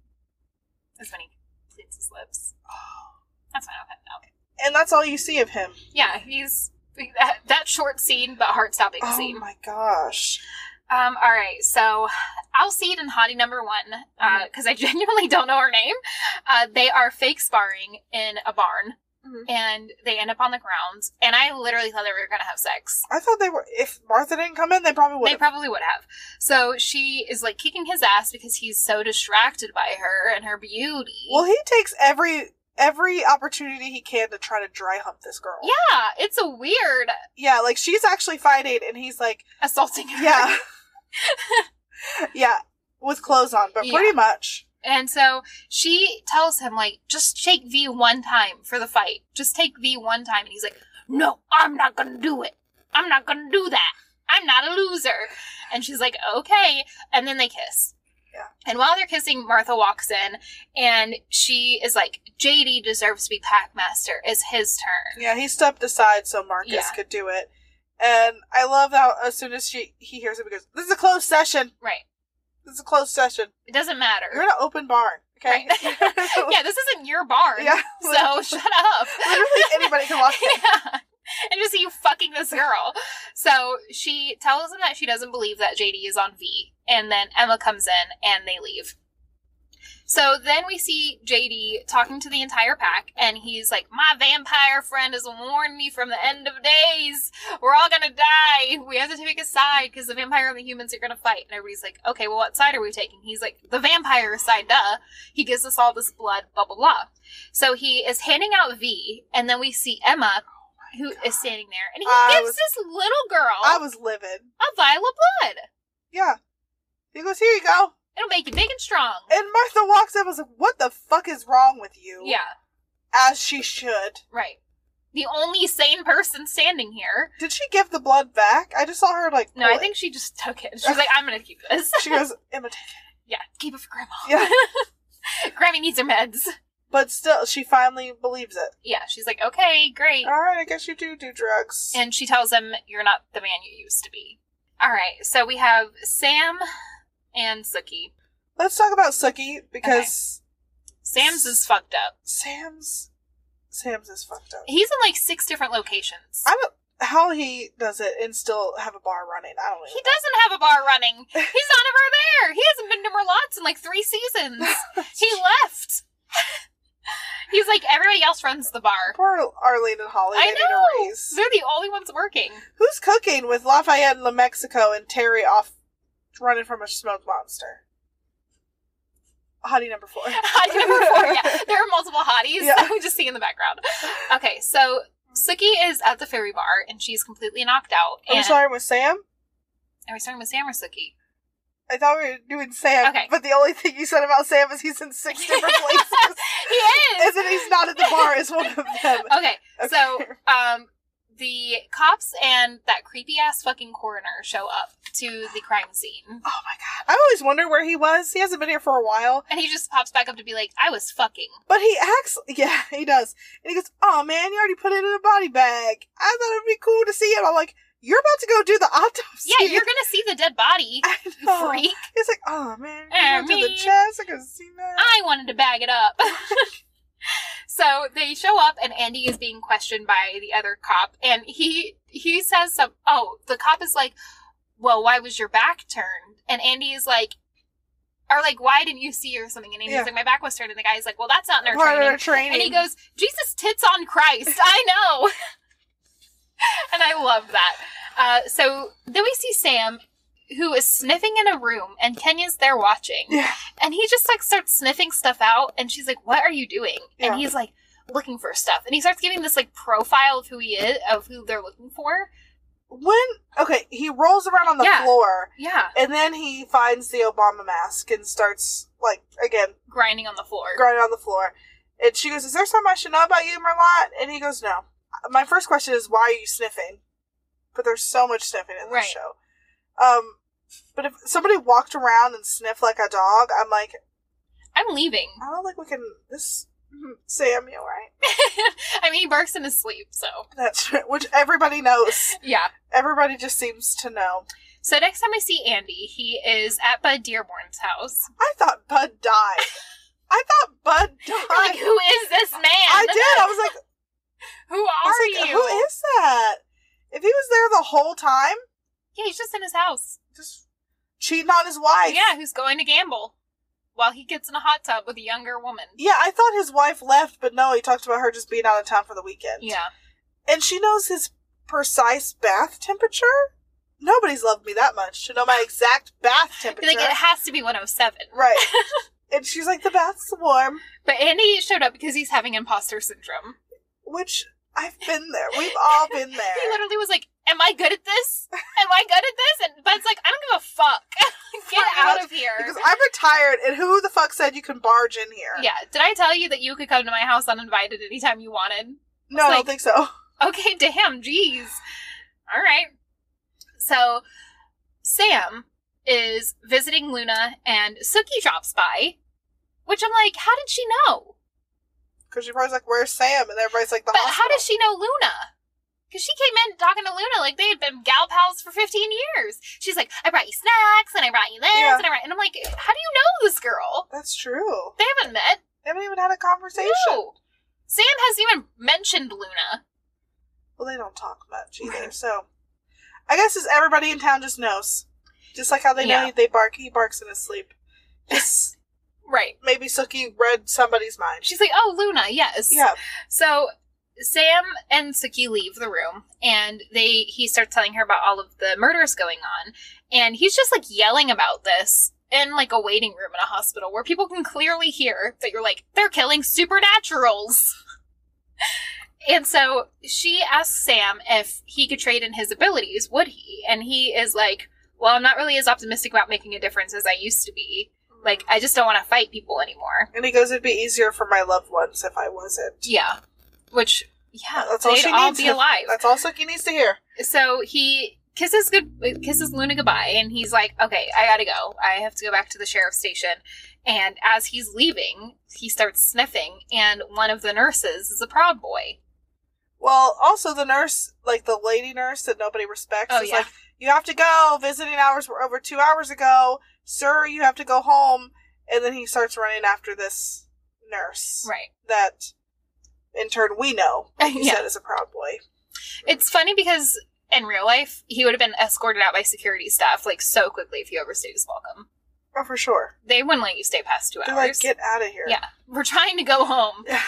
Speaker 2: That's when he cleans his lips.
Speaker 3: Oh.
Speaker 2: That's fine. I'll cut it out.
Speaker 3: and that's all you see of him.
Speaker 2: Yeah, he's that, that short scene, but heart-stopping
Speaker 3: Oh
Speaker 2: scene.
Speaker 3: my gosh.
Speaker 2: Um, all right, so Alcide and Hottie number one,
Speaker 3: Mm-hmm.
Speaker 2: because I genuinely don't know her name. Uh, they are fake sparring in a barn,
Speaker 3: Mhm.
Speaker 2: and they end up on the ground. And I literally thought they were gonna have sex.
Speaker 3: I thought they were if Martha didn't come in, they probably would
Speaker 2: They probably would have. So she is like kicking his ass because he's so distracted by her and her beauty.
Speaker 3: Well he takes every every opportunity he can to try to dry hump this girl.
Speaker 2: yeah, it's a weird
Speaker 3: Yeah, like she's actually fighting and he's like,
Speaker 2: assaulting her.
Speaker 3: Yeah. yeah. With clothes on, but
Speaker 2: Yeah.
Speaker 3: pretty much.
Speaker 2: And so she tells him, like, just take V one time for the fight. Just take V one time. And he's like, no, I'm not going to do it. I'm not going to do that. I'm not a loser. And she's like, okay. And then they kiss.
Speaker 3: Yeah.
Speaker 2: And while they're kissing, Martha walks in and she is like, JD deserves to be Packmaster. It's his turn.
Speaker 3: Yeah, he stepped aside so Marcus
Speaker 2: Yeah.
Speaker 3: could do it. And I love how as soon as she he hears him, he goes, This is a closed session.
Speaker 2: Right.
Speaker 3: This is a closed session.
Speaker 2: It doesn't
Speaker 3: You're
Speaker 2: matter.
Speaker 3: in an open barn, okay?
Speaker 2: Right. yeah, this isn't your barn.
Speaker 3: Yeah,
Speaker 2: So shut up.
Speaker 3: literally anybody can walk in.
Speaker 2: yeah. And just you fucking this girl. So she tells him that she doesn't believe that JD is on V. And then Emma comes in and they leave. So then we see JD talking to the entire pack, and he's like, My vampire friend has warned me from the end of days. We're all gonna die. We have to take a side because the vampire and the humans are gonna fight. And everybody's like, Okay, well, what side are we taking? He's like, The vampire side, duh. He gives us all this blood, blah, blah, blah. So he is handing out V, and then we see Emma, who is standing there, and he
Speaker 3: I
Speaker 2: gives
Speaker 3: was-
Speaker 2: this little girl
Speaker 3: I was livid.
Speaker 2: a vial of blood.
Speaker 3: Yeah. He goes, Here you go.
Speaker 2: It'll make you big and strong.
Speaker 3: And Martha walks up and is like, What the fuck is wrong with you?
Speaker 2: yeah,
Speaker 3: As she should.
Speaker 2: right. The only sane person standing here.
Speaker 3: Did she give the blood back? I just saw her like
Speaker 2: No,
Speaker 3: pull
Speaker 2: I
Speaker 3: it.
Speaker 2: think she just took it. She's like, I'm gonna keep this.
Speaker 3: she goes, Emma take it."
Speaker 2: Yeah, keep it for grandma.
Speaker 3: Yeah.
Speaker 2: Grammy needs her meds.
Speaker 3: But still she finally believes it.
Speaker 2: Yeah, she's like, okay, great.
Speaker 3: Alright, I guess you do do drugs.
Speaker 2: And she tells him, You're not the man you used to be. All right, so we have Sam and Suki.
Speaker 3: Let's talk about Suki because
Speaker 2: Sam's is fucked up.
Speaker 3: Sam's Sam's is fucked up.
Speaker 2: He's in like six different locations.
Speaker 3: I don't how he does it and still have a bar running. I don't
Speaker 2: He
Speaker 3: even
Speaker 2: doesn't have a bar running. He's not ever there. He hasn't been to Merlot's in like three seasons. He left. He's like everybody else runs the bar.
Speaker 3: Poor Arlene and Holly.
Speaker 2: I
Speaker 3: they need a
Speaker 2: know.
Speaker 3: raise.
Speaker 2: They're the only ones working.
Speaker 3: Who's cooking with Lafayette in New Mexico and Terry off running from a smoke monster? Hottie number four.
Speaker 2: Hottie number four. Yeah, there are multiple hotties
Speaker 3: Yeah.
Speaker 2: that we just see in the background. Okay, so Suki is at the ferry bar and she's completely knocked out.
Speaker 3: Are we
Speaker 2: And
Speaker 3: starting with Sam?
Speaker 2: are we starting with Sam or Suki?
Speaker 3: I thought we were doing Sam,
Speaker 2: Okay.
Speaker 3: but the only thing you said about Sam is he's in six different places.
Speaker 2: He is.
Speaker 3: Isn't he's not at the bar is one of them.
Speaker 2: Okay, so um, the cops and that creepy ass fucking coroner show up to the crime scene.
Speaker 3: Oh my god. I always wonder where he was. He hasn't been here for a while.
Speaker 2: And he just pops back up to be like, I was fucking.
Speaker 3: But he acts, yeah, he does. And he goes, "Oh man, you already put it in a body bag. I thought it'd be cool to see it." I'm like, "You're about to go do the autopsy."
Speaker 2: Yeah, you're gonna see the dead body,
Speaker 3: I
Speaker 2: you
Speaker 3: know.
Speaker 2: freak.
Speaker 3: It's like, "Oh man,
Speaker 2: Eh,
Speaker 3: I went to the
Speaker 2: me.
Speaker 3: chest. I could have seen that."
Speaker 2: I wanted to bag it up. so they show up, and Andy is being questioned by the other cop, and he he says some. Oh, the cop is like, "Well, why was your back turned?" And Andy is like, "Or like, why didn't you see or something?" And Andy's
Speaker 3: Yeah.
Speaker 2: like, "My back was turned." And the guy's like, "Well, that's not in our
Speaker 3: Part of
Speaker 2: training."
Speaker 3: our training.
Speaker 2: And he goes, Jesus tits on Christ. I know. and I love that. Uh, so then we see Sam who is sniffing in a room and Kenya's there watching.
Speaker 3: Yeah.
Speaker 2: And he just like starts sniffing stuff out and she's like, What are you doing?
Speaker 3: Yeah.
Speaker 2: And he's like looking for stuff. And he starts giving this like profile of who he is of who they're looking for.
Speaker 3: When okay, he rolls around on the
Speaker 2: Yeah.
Speaker 3: floor
Speaker 2: Yeah.
Speaker 3: and then he finds the Obama mask and starts like again
Speaker 2: Grinding on the floor.
Speaker 3: grinding on the floor. And she goes, "Is there something I should know about you, Merlot?" And he goes, "No." My first question is, "Why are you sniffing?" But there's so much sniffing in this
Speaker 2: Right.
Speaker 3: show. Um, but if somebody walked around and sniffed like a dog, I'm like,
Speaker 2: I'm leaving.
Speaker 3: I don't think we can. This Sam, you all right?
Speaker 2: I mean he barks in his sleep, so
Speaker 3: That's right, which everybody knows.
Speaker 2: yeah.
Speaker 3: Everybody just seems to know.
Speaker 2: So next time I see Andy, he is at Bud Dearborn's house.
Speaker 3: I thought Bud died. I thought Bud died.
Speaker 2: You're like, who is this man?
Speaker 3: I did. I was like,
Speaker 2: who are
Speaker 3: I was like,
Speaker 2: you?
Speaker 3: who is that? If he was there the whole time,
Speaker 2: yeah, he's just in his house.
Speaker 3: just cheating on his wife.
Speaker 2: Yeah, who's going to gamble while he gets in a hot tub with a younger woman.
Speaker 3: Yeah, I thought his wife left, but no, he talked about her just being out of town for the weekend.
Speaker 2: Yeah.
Speaker 3: And she knows his precise bath temperature? Nobody's loved me that much to know my exact bath temperature.
Speaker 2: Like, it has to be 107.
Speaker 3: right. and she's like, the bath's warm,
Speaker 2: But Andy showed up because he's having imposter syndrome.
Speaker 3: which I've been there. We've all been there.
Speaker 2: He literally was like, Am I good at this? Am I good at this? And Bud's like, I don't give a fuck. Get
Speaker 3: Pretty
Speaker 2: out
Speaker 3: much,
Speaker 2: of here.
Speaker 3: because I'm retired, and who the fuck said you can barge in here?
Speaker 2: yeah. Did I tell you that you could come to my house uninvited anytime you wanted?
Speaker 3: No, I
Speaker 2: like-
Speaker 3: don't think so.
Speaker 2: Okay, damn, jeez. All right. So Sam is visiting Luna and Suki drops by, which I'm like, how did she know?
Speaker 3: Because you're probably like, where's Sam? And everybody's like, the
Speaker 2: But how
Speaker 3: hospital.
Speaker 2: does she know Luna? Because she came in talking to Luna like they had been gal pals for 15 years. She's like, I brought you snacks and I brought you this
Speaker 3: Yeah.
Speaker 2: and I brought, and I'm like, how do you know this girl?
Speaker 3: That's true.
Speaker 2: They haven't met.
Speaker 3: They haven't even had a conversation.
Speaker 2: No. Sam hasn't even mentioned Luna.
Speaker 3: Well, they don't talk much either,
Speaker 2: Right.
Speaker 3: so I guess is everybody in town just knows, just like how they
Speaker 2: Yeah.
Speaker 3: know they bark. He barks in his sleep. Just
Speaker 2: Right.
Speaker 3: maybe Suki read somebody's mind.
Speaker 2: She's like, oh, Luna, yes.
Speaker 3: yeah,
Speaker 2: So Sam and Suki leave the room and they he starts telling her about all of the murders going on and he's just like yelling about this in like a waiting room in a hospital where people can clearly hear that you're like they're killing supernaturals. And so she asks Sam if he could trade in his abilities, would he? And he is like, "Well, I'm not really as optimistic about making a difference as I used to be. Like I just don't want to fight people anymore."
Speaker 3: and he goes, "It'd be easier for my loved ones if I wasn't."
Speaker 2: Yeah. Which yeah,
Speaker 3: That's all
Speaker 2: they'd
Speaker 3: she
Speaker 2: all
Speaker 3: needs
Speaker 2: be
Speaker 3: to-
Speaker 2: alive.
Speaker 3: That's all Suki needs to hear.
Speaker 2: so he kisses good kisses Luna goodbye, and he's like, "Okay, I gotta go. I have to go back to the sheriff's station." And as he's leaving, he starts sniffing, and one of the nurses is a proud boy.
Speaker 3: Well, also the nurse, like the lady nurse that nobody respects,
Speaker 2: Oh,
Speaker 3: is
Speaker 2: yeah.
Speaker 3: like, "You have to go. Visiting hours were over two hours ago, sir. You have to go home." And then he starts running after this nurse.
Speaker 2: Right.
Speaker 3: that in turn we know like you
Speaker 2: Yeah.
Speaker 3: said is a proud boy
Speaker 2: It's funny because in real life, he would have been escorted out by security staff like so quickly if you overstayed his welcome.
Speaker 3: oh for sure
Speaker 2: They wouldn't let you stay past two
Speaker 3: they're like
Speaker 2: hours.
Speaker 3: get out of here
Speaker 2: Yeah, we're trying to go home.
Speaker 3: Yeah.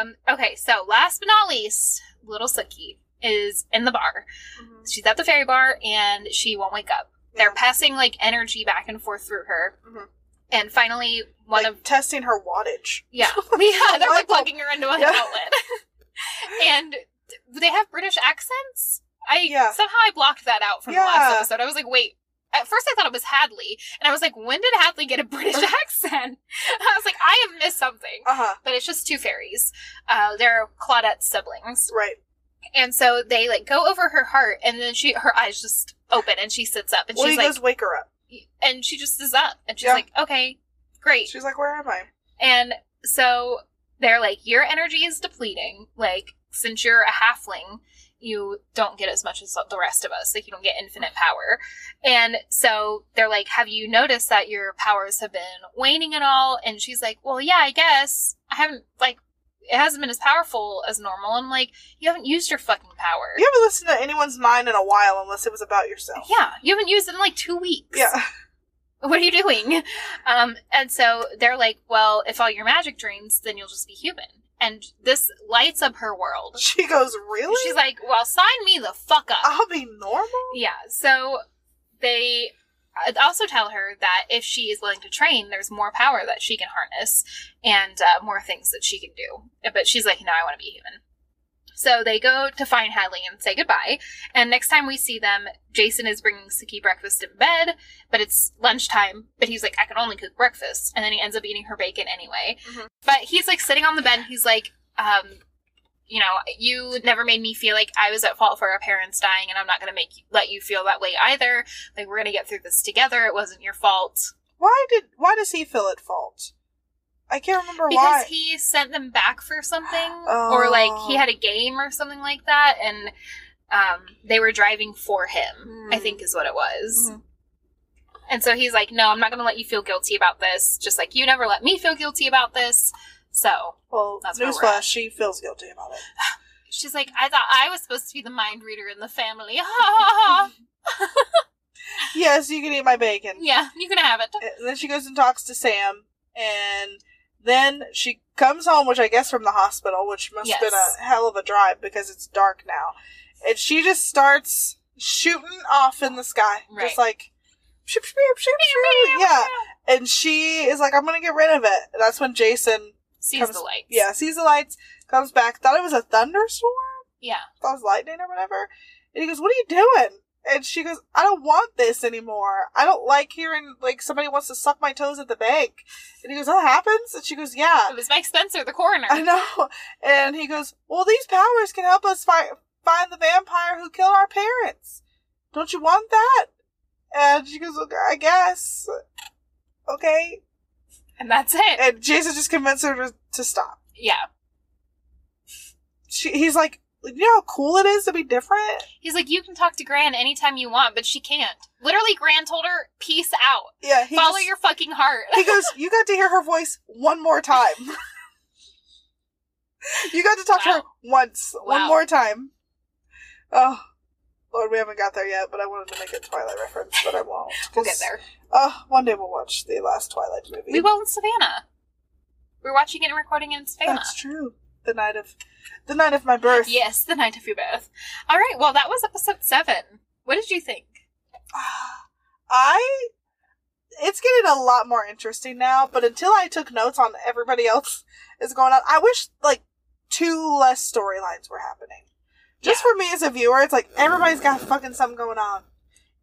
Speaker 2: um, okay, so last but not least, little Suki is in the bar.
Speaker 3: Mhm.
Speaker 2: She's at the ferry bar and she won't wake up. They're
Speaker 3: Yeah.
Speaker 2: passing like energy back and forth through her,
Speaker 3: Mhm.
Speaker 2: and finally one
Speaker 3: Like,
Speaker 2: of
Speaker 3: testing her wattage
Speaker 2: yeah, yeah, they're like
Speaker 3: Michael.
Speaker 2: plugging her into an
Speaker 3: Yeah.
Speaker 2: outlet, and they have British accents. I
Speaker 3: Yeah.
Speaker 2: somehow I blocked that out from the last
Speaker 3: Yeah.
Speaker 2: episode. I was like, wait. At first, I thought it was Hadley, and I was like, when did Hadley get a British accent? I was like, I have missed something
Speaker 3: uh-huh
Speaker 2: but it's just two fairies. Uh, they're Claudette's siblings,
Speaker 3: right
Speaker 2: and so they like go over her heart, and then she her eyes just open, and she sits up, and
Speaker 3: well he
Speaker 2: she's like,
Speaker 3: goes wake her up
Speaker 2: and she just is up, and she's
Speaker 3: Yeah.
Speaker 2: like, okay, great,
Speaker 3: she's like where am i
Speaker 2: and so they're like, your energy is depleting, like since you're a halfling. You don't get as much as the rest of us. Like, you don't get infinite power. And so they're like, Have you noticed that your powers have been waning at all? And she's like, Well, yeah, I guess. I haven't, like, it hasn't been as powerful as normal. I'm like, You haven't used your fucking power.
Speaker 3: you haven't listened to anyone's mind in a while unless it was about yourself
Speaker 2: Yeah, you haven't used it in like two weeks.
Speaker 3: yeah
Speaker 2: What are you doing? Um, and so they're like, well, if all your magic drains, then you'll just be human. And this lights up her world.
Speaker 3: she goes really
Speaker 2: She's like, well, sign me the fuck up.
Speaker 3: i'll be normal
Speaker 2: Yeah. So they I'd also tell her that if she is willing to train, there's more power that she can harness and uh, more things that she can do. But she's like, no, I want to be human. So they go to find Hadley and say goodbye. And next time we see them, Jason is bringing Suki breakfast in bed, but it's lunchtime. But he's like, I can only cook breakfast. And then he ends up eating her bacon anyway.
Speaker 3: Mhm.
Speaker 2: But he's like sitting on the bed and he's like, um, you know, you never made me feel like I was at fault for our parents dying, and I'm not going to make you, let you feel that way either. Like we're going to get through this together. It wasn't your fault
Speaker 3: Why did why does he feel at fault? I can't remember
Speaker 2: because
Speaker 3: why.
Speaker 2: he sent them back for something or like he
Speaker 3: Oh.
Speaker 2: had a game or something like that and um, they were driving for him i
Speaker 3: Hmm.
Speaker 2: think is what it was
Speaker 3: Mhm.
Speaker 2: and so he's like no i'm not going to let you feel guilty about this just like you never let me feel guilty about this so
Speaker 3: well,
Speaker 2: That's where we're
Speaker 3: newsflash,
Speaker 2: at.
Speaker 3: she feels guilty about it.
Speaker 2: she's like i thought i was supposed to be the mind reader in the family
Speaker 3: Yes, you can eat my bacon.
Speaker 2: yeah you can have it
Speaker 3: And then she goes and talks to Sam, and then she comes home, which I guess from the hospital, which must have been
Speaker 2: Yes.
Speaker 3: a hell of a drive because it's dark now. And she just starts shooting off in the sky,
Speaker 2: Right.
Speaker 3: just like. shoop, shoop, shoop, shoop, shoop. Yeah, and she is like, "I'm gonna get rid of it." And that's when Jason,
Speaker 2: sees
Speaker 3: Comes-
Speaker 2: the lights
Speaker 3: yeah, sees the lights, comes back. Thought it was a thunderstorm,
Speaker 2: yeah
Speaker 3: thought it was lightning or whatever. And he goes, "What are you doing?" And she goes, "I don't want this anymore. I don't like hearing like somebody wants to suck my toes at the bank." And he goes, "That happens." And she goes, "Yeah,
Speaker 2: it was mike spencer the coroner
Speaker 3: I know." And he goes, "Well, these powers can help us find find the vampire who killed our parents. Don't you want that?" And she goes, "Okay, I guess." Okay.
Speaker 2: and that's it
Speaker 3: And Jason just convinced her to, to stop.
Speaker 2: yeah
Speaker 3: She, he's like, "You know how cool it is to be different."
Speaker 2: He's like, you can talk to Gran anytime you want, but she can't. Literally, Gran told her, peace out.
Speaker 3: Yeah. He
Speaker 2: Follow
Speaker 3: just-
Speaker 2: your fucking heart.
Speaker 3: he goes, You got to hear her voice one more time. you got to talk to her once,
Speaker 2: Wow.
Speaker 3: one more time. Oh, Lord, we haven't got there yet, but I wanted to make a Twilight reference, but I won't.
Speaker 2: we'll get
Speaker 3: 'cause-
Speaker 2: there.
Speaker 3: Oh, one day we'll watch the last Twilight movie.
Speaker 2: We will in Savannah. We're watching it and recording it in Savannah.
Speaker 3: That's true. The night of, the night of my birth.
Speaker 2: Yes, the night of your birth. All right, well, that was episode seven. What did you think?
Speaker 3: I. It's getting a lot more interesting now, but until I took notes on everybody else is going on, I wish like two less storylines were happening. Just for me as a viewer, it's like everybody's got fucking something going on.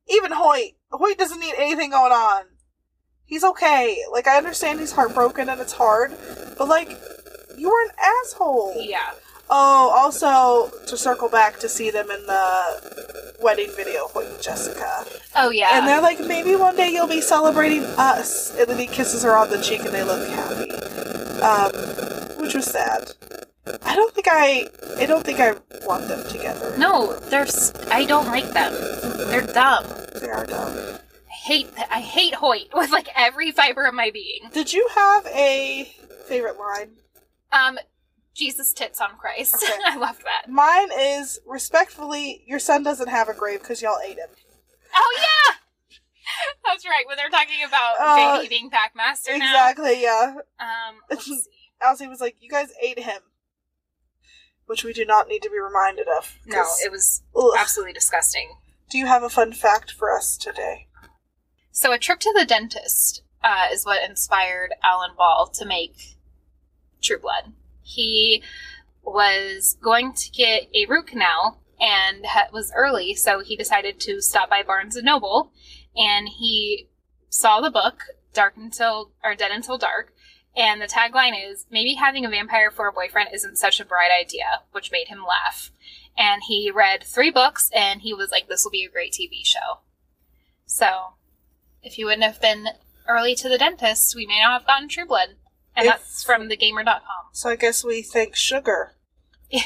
Speaker 3: Even Hoyt. Hoyt doesn't need anything going on. He's okay. Like I understand he's heartbroken and it's hard, but like you were an asshole.
Speaker 2: Yeah.
Speaker 3: Oh, also to circle back to see them in the wedding video, Hoyt and Jessica.
Speaker 2: Oh, yeah.
Speaker 3: And they're like, maybe one day you'll be celebrating us. And then he kisses her on the cheek and they look happy. Um, which was sad. I don't think I, I don't think I want them together.
Speaker 2: no, there's. I don't like them. They're dumb.
Speaker 3: They are dumb.
Speaker 2: I hate. th- I hate Hoyt with like every fiber of my being.
Speaker 3: Did you have a favorite line?
Speaker 2: Um, Jesus tits on Christ.
Speaker 3: Okay.
Speaker 2: I loved that.
Speaker 3: Mine is, respectfully, your son doesn't have a grave because y'all ate him.
Speaker 2: Oh yeah, that's right. When they're talking about
Speaker 3: Uh,
Speaker 2: Vinny being Packmaster now.
Speaker 3: Exactly, yeah.
Speaker 2: Um, let's see.
Speaker 3: Elsie was like, you guys ate him. Which we do not need to be reminded of.
Speaker 2: no,
Speaker 3: 'cause-
Speaker 2: it was
Speaker 3: Ugh.
Speaker 2: absolutely disgusting.
Speaker 3: Do you have a fun fact for us today?
Speaker 2: So a trip to the dentist uh, is what inspired Alan Ball to make True Blood. He was going to get a root canal and ha- was early, so he decided to stop by Barnes and Noble, and he saw the book Dark Until or Dead Until Dark. And the tagline is maybe having a vampire for a boyfriend isn't such a bright idea, which made him laugh. And he read three books and he was like, this will be a great TV show. So if you wouldn't have been early to the dentist, we may not have gotten True Blood. And
Speaker 3: If-
Speaker 2: that's from thegamer.com.
Speaker 3: So I guess we thank sugar.
Speaker 2: Yeah.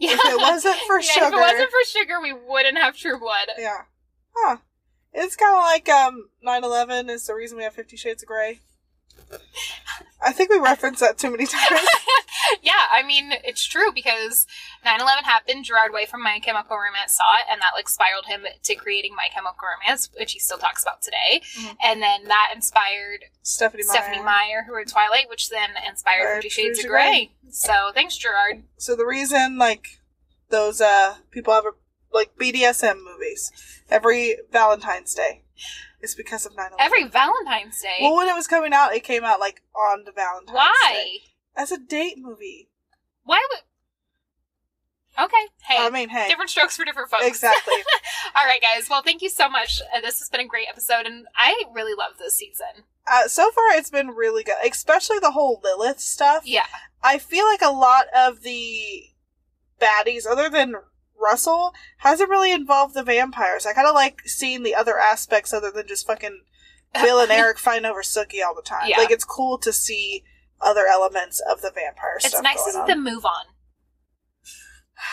Speaker 3: If it wasn't for
Speaker 2: Yeah, If
Speaker 3: sugar,
Speaker 2: it wasn't for sugar, we wouldn't have True Blood.
Speaker 3: yeah, huh? It's kind of like um, 9/11 is the reason we have Fifty Shades of Grey. I think we referenced that too many times.
Speaker 2: yeah, I mean, it's true because 9 11 happened. Gerard Way from My Chemical Romance saw it, and that like spiraled him to creating My Chemical Romance, which he still talks about today.
Speaker 3: Mhm.
Speaker 2: And then that inspired
Speaker 3: Stephanie Meyer.
Speaker 2: Stephanie Meyer, who wrote Twilight, which then inspired
Speaker 3: Right,
Speaker 2: Fifty Shades of Grey. So thanks, Gerard.
Speaker 3: So the reason like those uh people have a like BDSM movies every Valentine's Day. It's because of 9 11.
Speaker 2: Every Valentine's Day.
Speaker 3: Well, when it was coming out, it came out like on the Valentine's Day.
Speaker 2: Why?
Speaker 3: As a date movie.
Speaker 2: Why would? Okay. Hey.
Speaker 3: I mean, hey.
Speaker 2: different strokes for different folks.
Speaker 3: Exactly.
Speaker 2: All right, guys. Well, thank you so much. Uh, this has been a great episode, and I really love this season.
Speaker 3: uh, so far, it's been really good, especially the whole Lilith stuff.
Speaker 2: Yeah.
Speaker 3: I feel like a lot of the baddies, other than Russell, hasn't really involved the vampires. I kind of like seeing the other aspects other than just fucking Bill and Eric fighting over Sookie all the time.
Speaker 2: Yeah.
Speaker 3: Like, it's cool to see other elements of the vampire
Speaker 2: It's
Speaker 3: stuff.
Speaker 2: nice to
Speaker 3: going
Speaker 2: see
Speaker 3: on.
Speaker 2: them move on.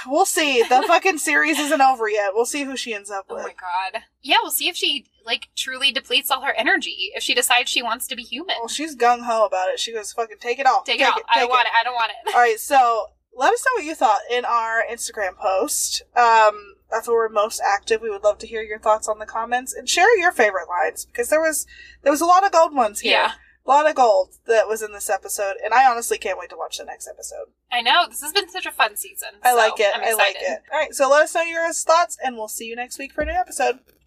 Speaker 3: We'll see. The fucking series isn't over yet. We'll see who she ends up
Speaker 2: Oh
Speaker 3: with.
Speaker 2: my god. Yeah, we'll see if she like truly depletes all her energy. If she decides she wants to be human,
Speaker 3: Well, she's gung ho about it. She goes, fucking Oh, take it all.
Speaker 2: take, it out. I want it. I don't want it.
Speaker 3: All right, so let us know what you thought in our Instagram post. Um, that's where we're most active. We would love to hear your thoughts on the comments and share your favorite lines because there was there was a lot of gold ones here.
Speaker 2: Yeah.
Speaker 3: A lot of gold that was in this episode, and I honestly can't wait to watch the next episode.
Speaker 2: I know this has been such a fun season.
Speaker 3: I
Speaker 2: so
Speaker 3: like it.
Speaker 2: I'm
Speaker 3: I like
Speaker 2: excited.
Speaker 3: it. All right, so let us know your thoughts, and we'll see you next week for a new episode.